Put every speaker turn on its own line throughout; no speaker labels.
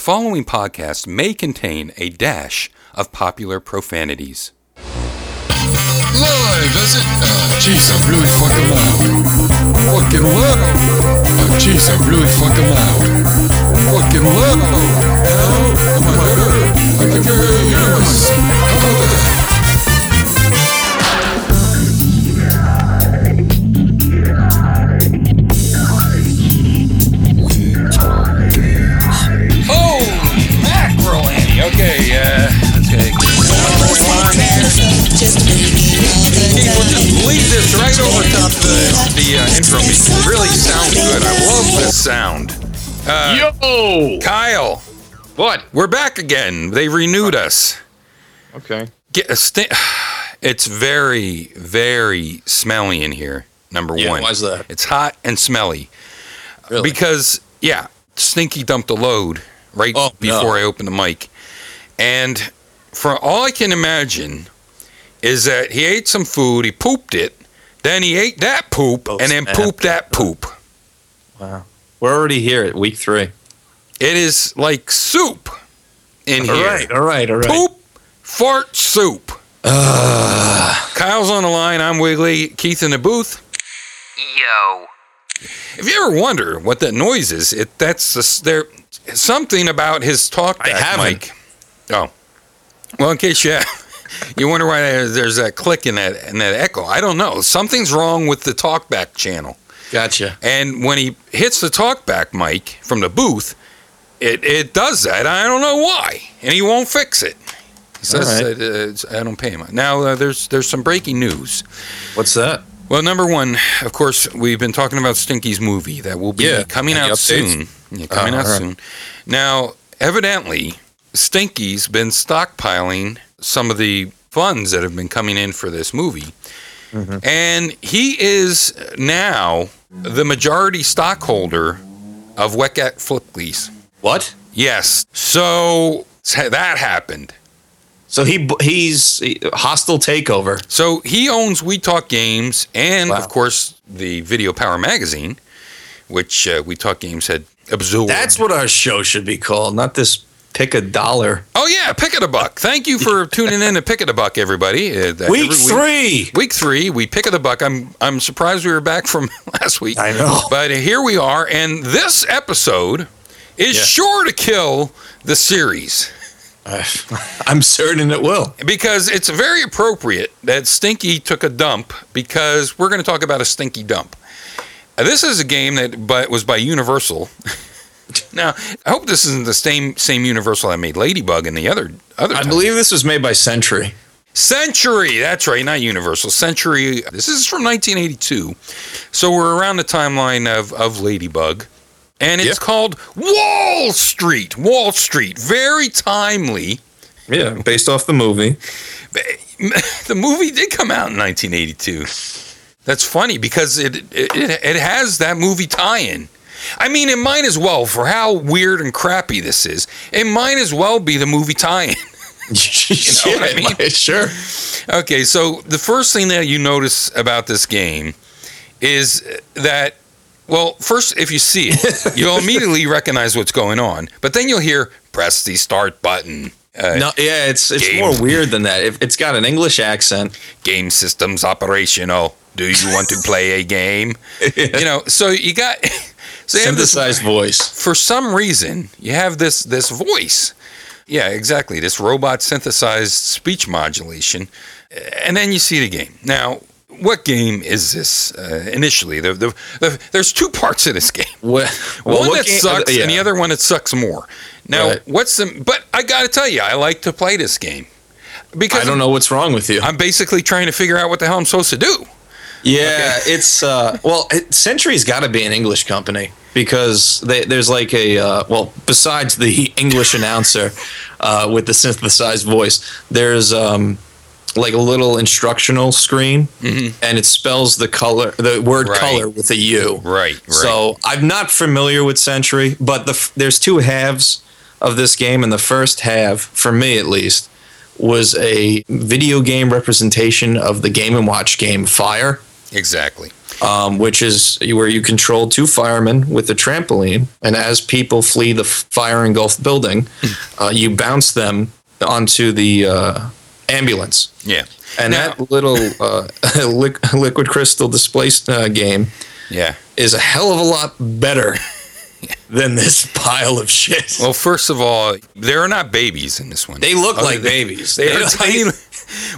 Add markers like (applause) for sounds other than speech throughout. following podcast may contain a dash of popular profanities.
Live, is it? Oh, jeez, I'm really fucking loud. Fucking loud. Oh, jeez, I'm really fucking loud. Fucking loud. How am I heard? I can barely hear myself. How about that?
Oh, mackerel, Annie. Okay, uh, let's get Okay, we'll just leave this right over top the, the uh, intro music. It really sounds good. I love this sound.
Yo!
Kyle,
What?
we're back again. They renewed us.
Okay.
Get a sta- (sighs) it's very, very smelly in here, number
Yeah,
one.
why's that?
It's hot and smelly.
Really?
Because, yeah, Stinky dumped a load right
Oh, no.
before I opened the mic. And for all I can imagine is that he ate some food, he pooped it, then he ate that poop,
Oh,
and then
snap.
pooped that poop.
We're already here at week three.
It is like soup in here.
all right, all
Poop, fart, soup. Kyle's on the line. I'm Wiggly. Keith in the booth.
Yo.
If you ever wonder what that noise is, it that's the, there something about his talk
I
back
haven't.
mic. Oh, well, in case you (laughs) you wonder why there's that click and that and that echo, I don't know. Something's wrong with the talkback channel.
Gotcha.
And when he hits the talkback mic from the booth, it, it does that. I don't know why, and he won't fix it. He says
All right.
that, uh, it's- I don't pay him. Now uh, there's there's some breaking news.
What's that?
Well, number one, of course, we've been talking about Stinky's movie that will be
Yeah.
coming
Any
out
updates?
soon. Yeah, coming
Uh,
out
all right.
soon. Now, evidently, Stinky's been stockpiling some of the funds that have been coming in for this movie.
Mm-hmm.
And he is now the majority stockholder of Wecat Fliplease.
What?
Yes. So that happened.
So he bu- he's he, hostile takeover.
So he owns We Talk Games and,
Wow.
of course, the Video Power magazine, which uh, We Talk Games had absorbed.
That's what our show should be called, not this pick a dollar.
oh yeah, Pick it a Buck. Thank you
(laughs)
for tuning in to Pick it a Buck, everybody. Uh, that
Week
every
three.
Week three, we pick of the buck. I'm I'm surprised we were back from (laughs) last week.
I (laughs) know.
but here we are, and this episode is
Yeah.
sure to kill the series.
I'm certain it will.
because it's very appropriate that Stinky took a dump because we're going to talk about a Stinky dump. Uh, This is a game that but was by Universal. (laughs) now, I hope this isn't the same same Universal that made Ladybug and the other other.
I
time.
believe this was made by Century.
Century. That's right, not Universal. Century. This is from 1982, so we're around the timeline of of Ladybug, and it's
Yeah.
called Wall Street. Wall Street. Very timely.
Yeah, based off the movie.
(laughs) the movie did come out in 1982. That's funny because it it, it it has that movie tie-in. I mean, it might as well for how weird and crappy this is. It might as well be the movie tie-in.
(laughs)
(laughs)
you know what I mean? (laughs) sure.
okay, so the first thing that you notice about this game is that well, first if you see it, you'll immediately recognize what's going on, but then you'll hear press the start button. Uh,
No, yeah, it's it's
Game.
more weird than that. If it's got an English accent.
game systems operational. Do you want to play a
(laughs)
game? You know, so you got so you have this,
synthesized voice.
for some reason you have this this voice. Yeah, exactly. This robot synthesized speech modulation, eh, and then you see the game. Now, what game is this? Uh, initially, the, the, the, there's two parts of this game.
What,
one
what
that
game- uh,
sucks,
yeah.
and the other one that sucks more. Now,
Right.
what's the? But I got to tell you, I like to play this game because
I don't know what's wrong with you.
I'm basically trying to figure out what the hell I'm supposed to do.
yeah,
(laughs)
it's uh, well, it, Century's got to be an English company because they, there's like a uh, well, besides the (laughs) English announcer uh, with the synthesized voice, there's um, like a little instructional screen, and it spells the color, the word
Mm-hmm. Right.
color with a U.
Right, right.
So I'm not familiar with Century, but the f- there's two halves of this game, and the first half, for me at least, was a video game representation of the Game and Watch game Fire.
Exactly.
um, which is where you control two firemen with a trampoline. And as people flee the fire engulfed building, uh, you bounce them onto the uh, ambulance.
Yeah.
And
Now-
that little uh, (laughs) liq- liquid crystal displaced uh, game
Yeah.
is a hell of a lot (laughs) better than this pile of shit.
Well, first of all, there are not babies in this one.
they look
Other
like
than- (laughs)
babies.
They
They're
are
like- (laughs)
tiny.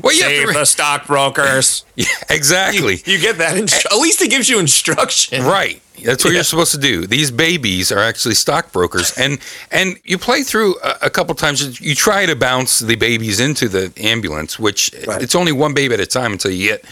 Well, you have to
Save
re-
the stockbrokers.
yeah, exactly.
You get that. Instru- (laughs) at least it gives you instruction.
Right. That's what you're supposed to do. These babies are actually stockbrokers, and and you play through a, a couple times. You try to bounce the babies into the ambulance, which
Right.
it's only one baby at a time until you get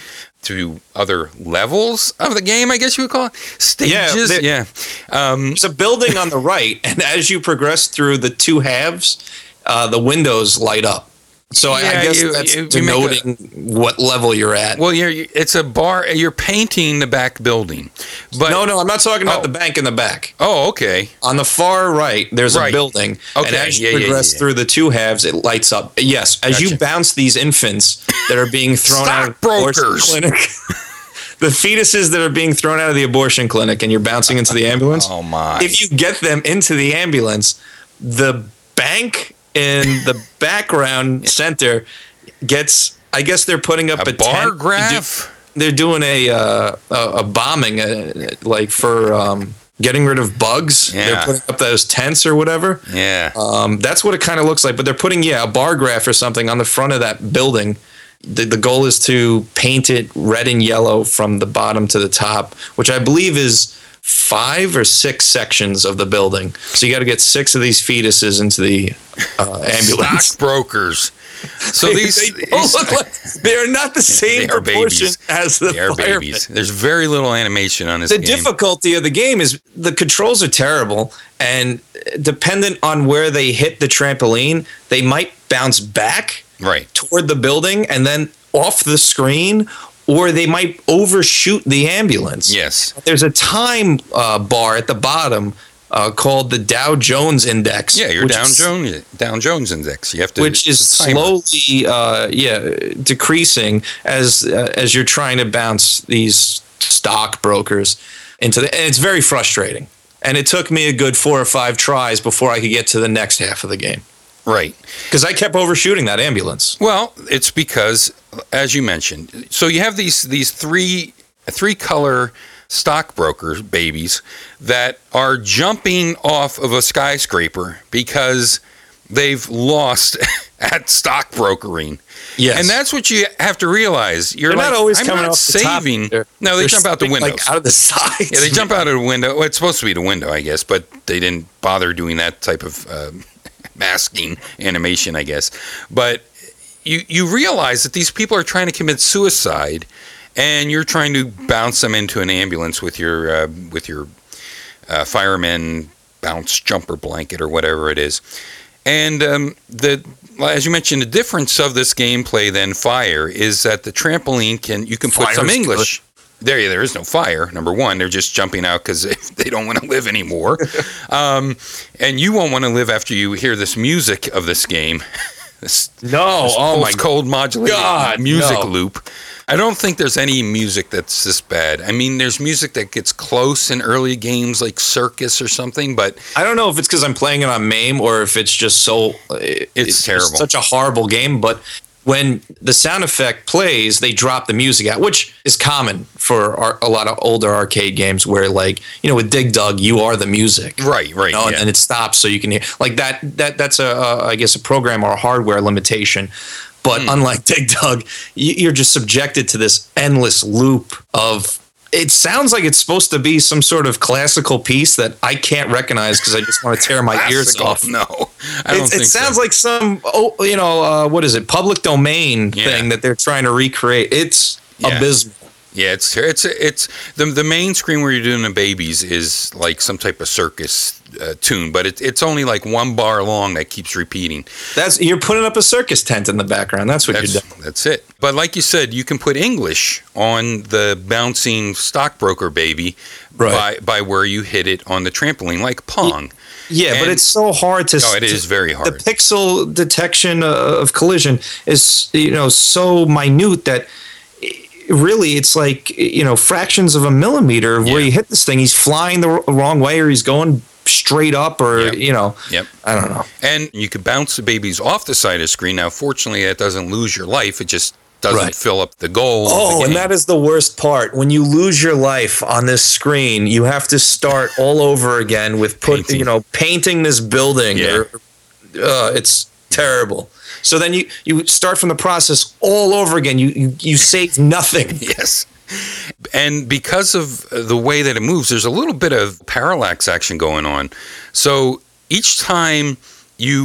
to other levels of the game. I guess you would call it
Yeah,
stages.
they-
Yeah, Um,
There's a building on the right, (laughs) and as you progress through the two halves, uh, the windows light up. So I,
Yeah,
I guess
you-
that's
you- you make a-
denoting what level you're at.
well, you're it's a bar. You're painting the back building, but
no, no, I'm not talking about
Oh.
the bank in the back.
Oh, okay.
On the far right, there's
Right.
a building, and
Okay,
as you
yeah, yeah, yeah,
progress
yeah.
through the two halves, it lights up. Yes, as you
Gotcha.
bounce these infants that are being thrown out of the abortion
Stockbrokers.
clinic, (laughs) the fetuses that are being thrown out of the abortion clinic, and you're bouncing into the ambulance.
Oh my.
if you get them into the ambulance, the bank in
(laughs)
the background center gets. I guess they're putting up
a
a,
bar
tent.
graph.
They're doing a uh, a, a bombing, uh, like for um, getting rid of bugs.
Yeah.
They're putting up those tents or whatever.
yeah.
Um, that's what it kind of looks like. But they're putting yeah a bar graph or something on the front of that building. The, the goal is to paint it red and yellow from the bottom to the top, which I believe is five or six sections of the building. So you got to get six of these fetuses into the
(laughs)
uh, ambulance.
Stockbrokers. So these,
(laughs) they, don't
these- (laughs)
look like- they are not the
They
same
are
proportion
babies.
as the
they are
firemen.
babies. There's very little animation on this
The
game.
difficulty of the game is the controls are terrible, and dependent on where they hit the trampoline, they might bounce back
right.
toward the building and then off the screen, or they might overshoot the ambulance.
Yes.
There's a time uh, bar at the bottom uh, called the Dow Jones Index.
Yeah, you're
which
down
is-
Jones down Jones index. You have to
which is
it's a timer.
slowly uh, yeah decreasing as uh, as you're trying to bounce these stock brokers into the and it's very frustrating and it took me a good four or five tries before I could get to the next half of the game
Right.
because I kept overshooting that ambulance
Well, it's because, as you mentioned, so you have these these three three color stockbroker babies that are jumping off of a skyscraper because they've lost (laughs) at stockbrokering.
yes
And that's what you have to realize. You're
they're
like,
not always
I'm
coming
not
off
saving.
the top. They're-
no, they
they're
jump out the
shooting,
window.
like out of the (laughs) sides
(laughs) Yeah, they jump out of the window. Well, it's supposed to be the window, I guess, but they didn't bother doing that type of uh, (laughs) masking animation, I guess. But you you realize that these people are trying to commit suicide, and you're trying to bounce them into an ambulance with your uh, with your uh, fireman bounce jumper blanket or whatever it is. And um, the as you mentioned, the difference of this gameplay than fire is that the trampoline can you can put
Fire
some
is
English. There, there is no fire. Number one, they're just jumping out because (laughs) they don't want to live anymore, um, and you won't want to live after you hear this music of this game. this
no oh my
pulse cold modulated
God,
music
no.
loop. I don't think there's any music that's this bad. I mean, there's music that gets close in early games like Circus or something, but
I don't know if it's because I'm playing it on MAME or if it's just so. uh, It's, just
terrible.
such a horrible game, but when the sound effect plays, they drop the music out, which is common for ar- a lot of older arcade games where, like, you know, with Dig Dug, you are the music.
right, right,
You know, and,
yeah.
and it stops so you can hear like that. That that's a, a I guess a program or a hardware limitation, but
Hmm.
unlike Dig Dug, you, you're just subjected to this endless loop of. It sounds like it's supposed to be some sort of classical piece that I can't recognize because I just want to tear my ears
Classical.
off.
No, I don't
It,
think
it sounds
so.
like some oh you know uh, what is it public domain
Yeah.
thing that they're trying to recreate. It's
Yeah.
abysmal.
yeah. It's it's it's the the main screen where you're doing the babies is like some type of circus uh, tune, but it, it's only like one bar long that keeps repeating.
That's you're putting up a circus tent in the background. That's what you're doing.
That's, that's it. But like you said, you can put English on the bouncing stockbroker baby
Right.
by by where you hit it on the trampoline, like Pong.
Yeah, but
And-
it's so hard to.
No, it is very
The
hard.
pixel detection uh, of collision is you know so minute that really it's like you know fractions of a millimeter of where
Yeah.
you hit this thing. He's flying the wr- wrong way, or he's going straight up, or
Yep.
you know,
Yep.
I don't know.
And you could bounce the babies off the side of the screen. Now, fortunately, that doesn't lose your life. It just doesn't
Right.
fill up the goal. of the
Oh, and
game.
that is the worst part. When you lose your life on this screen, you have to start all over again with put
Painting.
you know painting this building.
Yeah.
Or, uh, it's terrible. So then you you start from the process all over again. You you, you save (laughs) nothing.
(laughs) Yes. And because of uh, the way that it moves, there's a little bit of parallax action going on. So each time you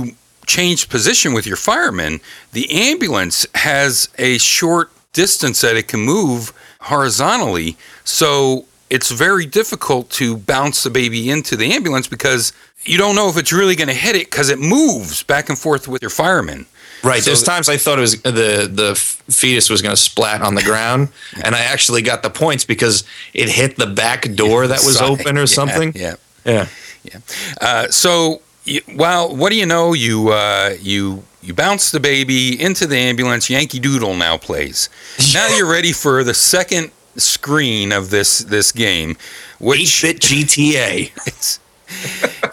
change position with your fireman, the ambulance has a short distance that it can move horizontally. So it's very difficult to bounce the baby into the ambulance because you don't know if it's really going to hit it because it moves back and forth with your fireman.
Right.
So
There's
the-
times I thought it was the the f- fetus was going to splat on the ground, and I actually got the points because it hit the back door that was
Side.
open or
Yeah,
something.
Yeah.
Yeah.
Uh, so, y- well, what do you know? You uh, you you bounce the baby into the ambulance. Yankee Doodle now
(laughs)
plays. Now you're ready for the second screen of this this game,
Eight
which
bit GTA.
it's,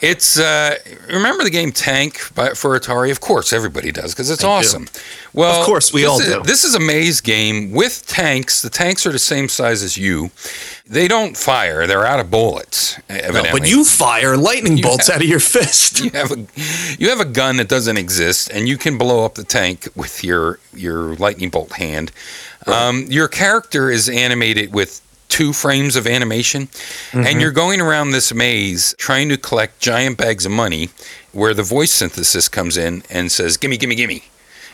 it's uh, remember the game Tank by, for Atari? Of course, everybody does because it's awesome. Well,
Of course, we
this
all
is-
do.
This is a maze game with tanks. The tanks are the same size as you. They don't fire. They're out of bullets. Evidently,
But you fire lightning
You
bolts out of your fist.
you have a you have a gun that doesn't exist, and you can blow up the tank with your your lightning bolt hand. Um, your character is animated with two frames of animation, and you're going around this maze trying to collect giant bags of money, where the voice synthesis comes in and says, "Gimme, gimme, gimme."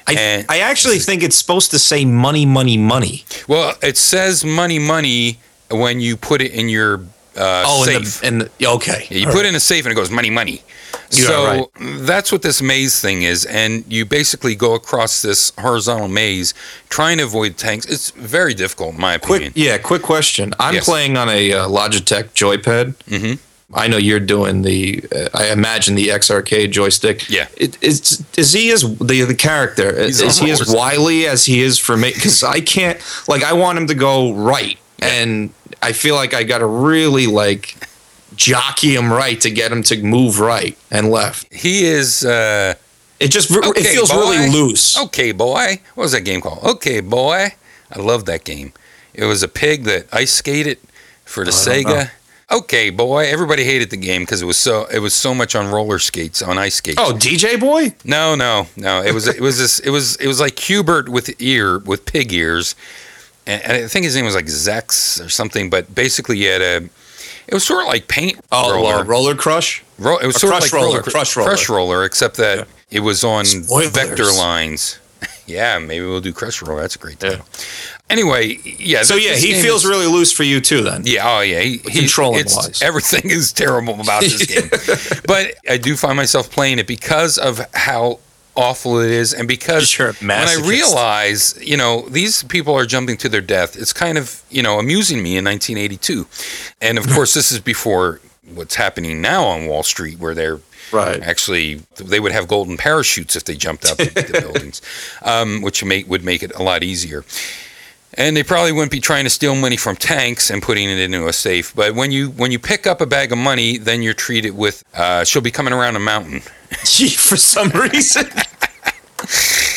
I,
And-
I actually think it's supposed to say money, money, money.
Well, it says "money, money" when you put it in your uh,
and,
safe.
Oh, the, and the, yeah, okay.
Yeah, you
All
put
right.
it in a safe and it goes money, money.
Yeah,
so
right.
that's what this maze thing is, and you basically go across this horizontal maze trying to avoid tanks. It's very difficult, in my
quick.
opinion.
Yeah, quick question. I'm
Yes.
playing on a uh, Logitech joypad.
Mhm.
I know you're doing the. Uh, I imagine the XRK joystick.
Yeah.
It, it's, is he as the the character? uh,
He's
is
on
he as
horse.
wily as he is for me? Because I can't. Like I want him to go right, and I feel like I got to really like jockey him right to get him to move right and left.
He is uh,
It just re- it
Okay,
feels really
boy.
loose.
okay, boy. What was that game called? Okay, boy. I love that game. It was a pig that ice skated for the
I don't know.
Sega. Okay, boy. Everybody hated the game because it was so it was so much on roller skates on ice skates.
Oh, DJ Boy?
No, no, no. It was it was this it was it was like Hubert with ear with pig ears, and, and I think his name was like Zex or something. But basically, he had a. It was sort of like paint
Oh,
roller.
uh, Roller Crush?
Ro- it was
a
sort of
crush
like roller,
roller,
cr-
crush roller.
roller, except that it was on
Spoilers.
vector lines. (laughs) yeah, maybe we'll do crush roller. That's a great title. Anyway, yeah.
So
th-
yeah,
this
he
game
feels
is-
really loose for you too then.
yeah, oh yeah. He, he,
controlling
it's,
wise.
Everything is terrible about this
(laughs)
game. But I do find myself playing it because of how awful it is and because
Sure,
when I
masochist.
realize, you know, these people are jumping to their death, it's kind of, you know, amusing me in 1982. And
(laughs)
of course, this is before what's happening now on Wall Street where they're
Right. (laughs)
actually they would have golden parachutes if they jumped out the,
(laughs)
the buildings um, which may, would make it a lot easier and they probably wouldn't be trying to steal money from tanks and putting it into a safe but when you when you pick up a bag of money then you're treated with uh, she'll be coming around a mountain (laughs)
for some reason.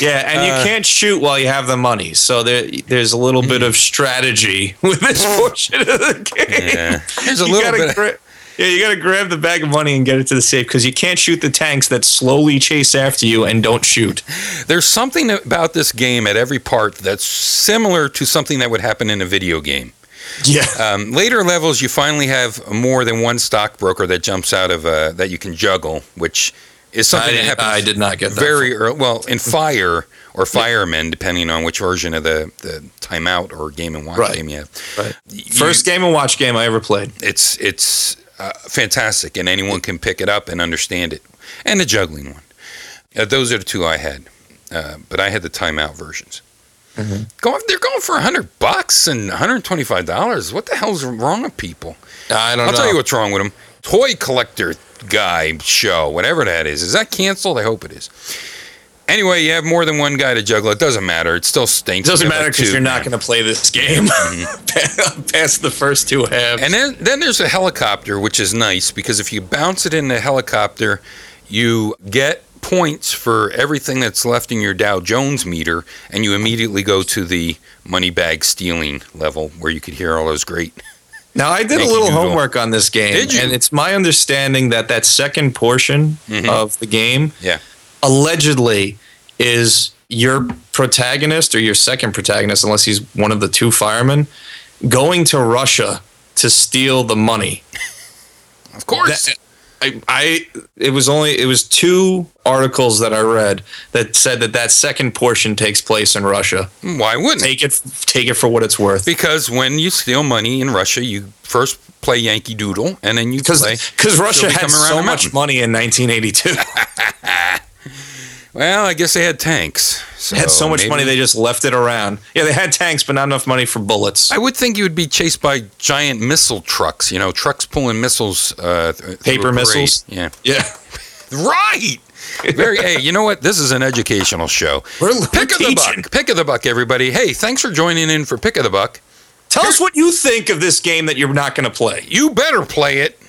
yeah, and you can't shoot while you have the money. So there there's a little bit of strategy (laughs) with this portion of the game.
yeah. there's a
You
little
gotta
bit of,
gra- yeah, you gotta grab the bag of money and get it to the safe because you can't shoot the tanks that slowly chase after you and don't shoot.
there's something about this game at every part that's similar to something that would happen in a video game
Yeah.
Um, later levels, you finally have more than one stockbroker that jumps out of uh, that you can juggle, which is
I,
something that
did,
happens
I did not get that.
very early. Well, in Fire or Firemen, depending on which version of the, the timeout or game and watch
Right.
game you have.
Right.
You-
First game and watch game I ever played.
it's it's uh, fantastic, and anyone can pick it up and understand it. And the juggling one. Uh, those are the two I had, uh, but I had the timeout versions. Going, they're going for hundred bucks and one hundred twenty-five dollars. What the hell's wrong with people?
I don't
I'll
know.
tell you what's wrong with him. Toy collector guy show, whatever that is. Is that canceled? I hope it is. Anyway, you have more than one guy to juggle. It doesn't matter. It still
It
stinks.
doesn't
You have,
matter
like,
because
two.
you're not going to play this game (laughs) past the first two halves.
And then, then there's a helicopter, which is nice because if you bounce it in the helicopter, you get points for everything that's left in your Dow Jones meter, and you immediately go to the money bag stealing level where you could hear all those great.
Now I did
Thank
a little
you, Google.
homework on this game,
Did you?
and it's my understanding that that second portion of the game,
Mm-hmm. Yeah.
allegedly, is your protagonist or your second protagonist, unless he's one of the two firemen, going to Russia to steal the money.
Of course.
That- I, I it was only it was two articles that I read that said that that second portion takes place in Russia.
Why wouldn't it?
Take it take it for what it's worth.
Because when you steal money in Russia, you first play Yankee Doodle, and then you play.
Because
She'll
Russia
be
had
coming around
so
the
much
mountain.
money in (laughs) 1982.
Well, I guess they had tanks. So
had so much
maybe-
money they just left it around. Yeah, they had tanks, but not enough money for bullets.
I would think you would be chased by giant missile trucks. You know, trucks pulling missiles. Uh, th- through
Paper
a parade.
missiles?
Yeah.
yeah,
Right. Very. hey, you know what? This is an educational
(laughs)
show.
(laughs) We're- we're
Pick of the
teaching.
buck. Pick of the buck, everybody. Hey, thanks for joining in for Pick of the Buck.
Tell us what you think of this game that you're not going to play.
You better play it.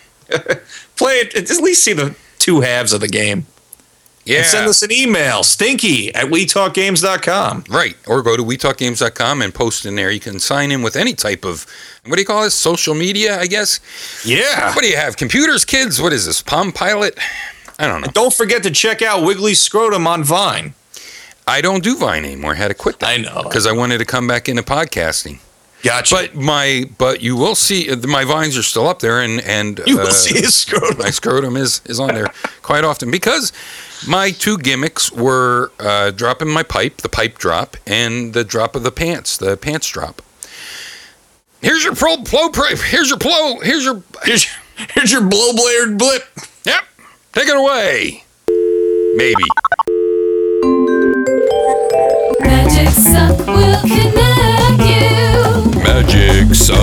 Play it. At least see the two halves of the game.
Yeah.
And send us an email, stinky at wetalkgames.com.
Right. Or go to wetalkgames.com and post in there. You can sign in with any type of, what do you call this? Social media, I guess.
Yeah.
What do you have? Computers, kids? What is this? Palm Pilot? I don't know.
Don't forget to check out Wiggly Scrotum on Vine.
I don't do Vine anymore. I had to quit that
I know.
because I wanted to come back into podcasting.
Gotcha.
But my, but you will see, uh, my vines are still up there, and and
you
uh,
will see his scrotum.
my scrotum is is on there quite often because my two gimmicks were uh, dropping my pipe, the pipe drop, and the drop of the pants, the pants drop. Here's your pro, pro, pro here's your plo, here's your
Here's your, here's your blow blared blip.
yep. Take it away. Maybe.
Magic Suck will connect you.
Magic suck.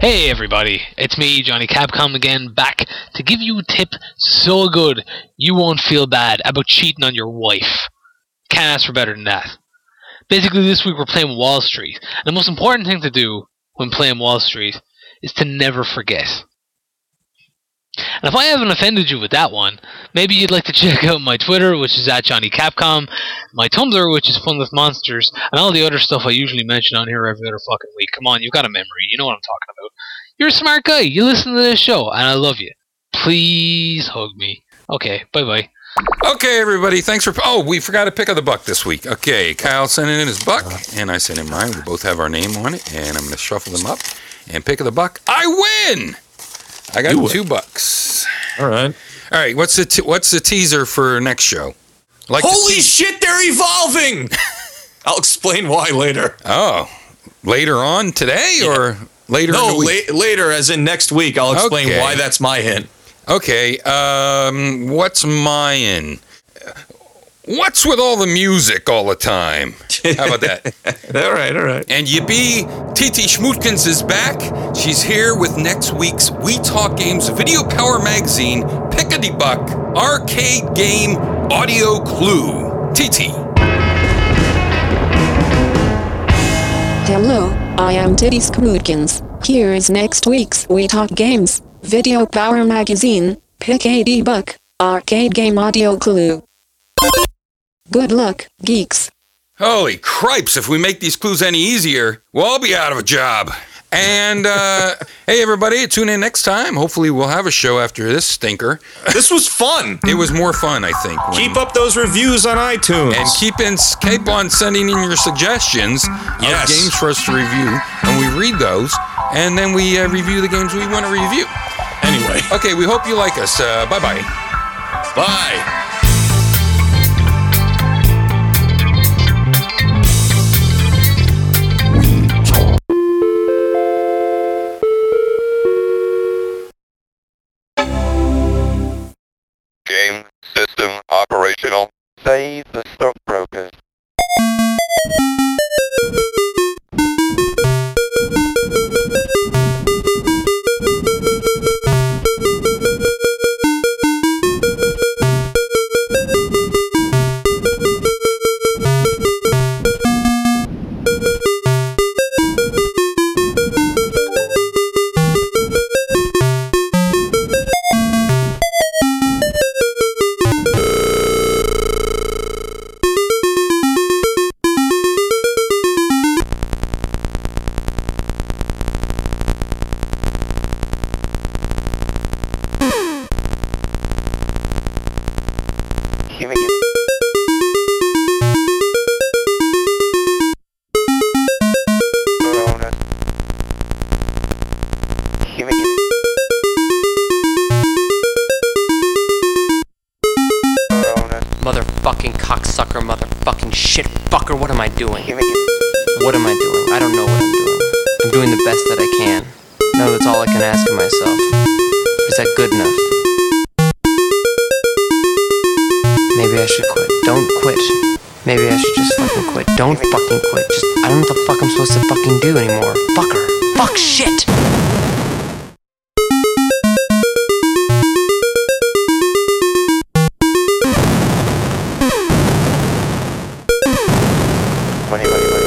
Hey everybody, it's me, Johnny Capcom again, back to give you a tip so good you won't feel bad about cheating on your wife. Can't ask for better than that. Basically, this week we're playing Wall Street, and the most important thing to do when playing Wall Street is to never forget. And if I haven't offended you with that one, maybe you'd like to check out my Twitter, which is at Johnny Capcom, my Tumblr, which is Fun with Monsters, and all the other stuff I usually mention on here every other fucking week. Come on, you've got a memory. You know what I'm talking about. You're a smart guy. You listen to this show, and I love you. Please hug me. Okay, bye bye.
Okay, everybody. Thanks for. Oh, we forgot to pick up the buck this week. Okay, Kyle sent in his buck, and I sent in mine. We both have our name on it, and I'm going to shuffle them up and pick of the buck. I win. I got
You win.
two bucks.
All right.
All right. What's the te- What's the teaser for next show? Like the
Holy
te-
shit, they're evolving! (laughs) I'll explain why later.
oh, later on today or later? in
No,
the week?
la- later, as in next week, I'll explain
Okay.
why that's my hint.
Okay. Um, what's mine? What's with all the music all the time? How about that?
All right, all right.
And yippee, Titi Schmootkins is back. She's here with next week's We Talk Games Video Power Magazine Pickety Buck Arcade Game Audio Clue. Titi.
Hello, I am Diddy Scootkins. Here is next week's We Talk Games, Video Power Magazine, Pick AD Buck, Arcade Game Audio Clue. Good luck, geeks.
Holy cripes, if we make these clues any easier, we'll all be out of a job. And uh, (laughs) hey, everybody, tune in next time. Hopefully, we'll have a show after this stinker.
This was fun.
It was more fun, I think. when-
Keep up those reviews on iTunes.
And keep in keep on sending in your suggestions
Yes.
of games for us to review, and we read those, and then we uh, review the games we want to review.
anyway,
Okay, we hope you like us. Uh, bye bye.
(laughs) bye.
Game system operational. Save the stockbrokers.
shit fucker, what am I doing? What am I doing? I don't know what I'm doing. I'm doing the best that I can. Now that's all I can ask of myself. Is that good enough? Maybe I should quit. Don't quit. Maybe I should just fucking quit. Don't fucking quit. Just I don't know what the fuck I'm supposed to fucking do anymore. Fucker. Fuck shit.
Money, money, money.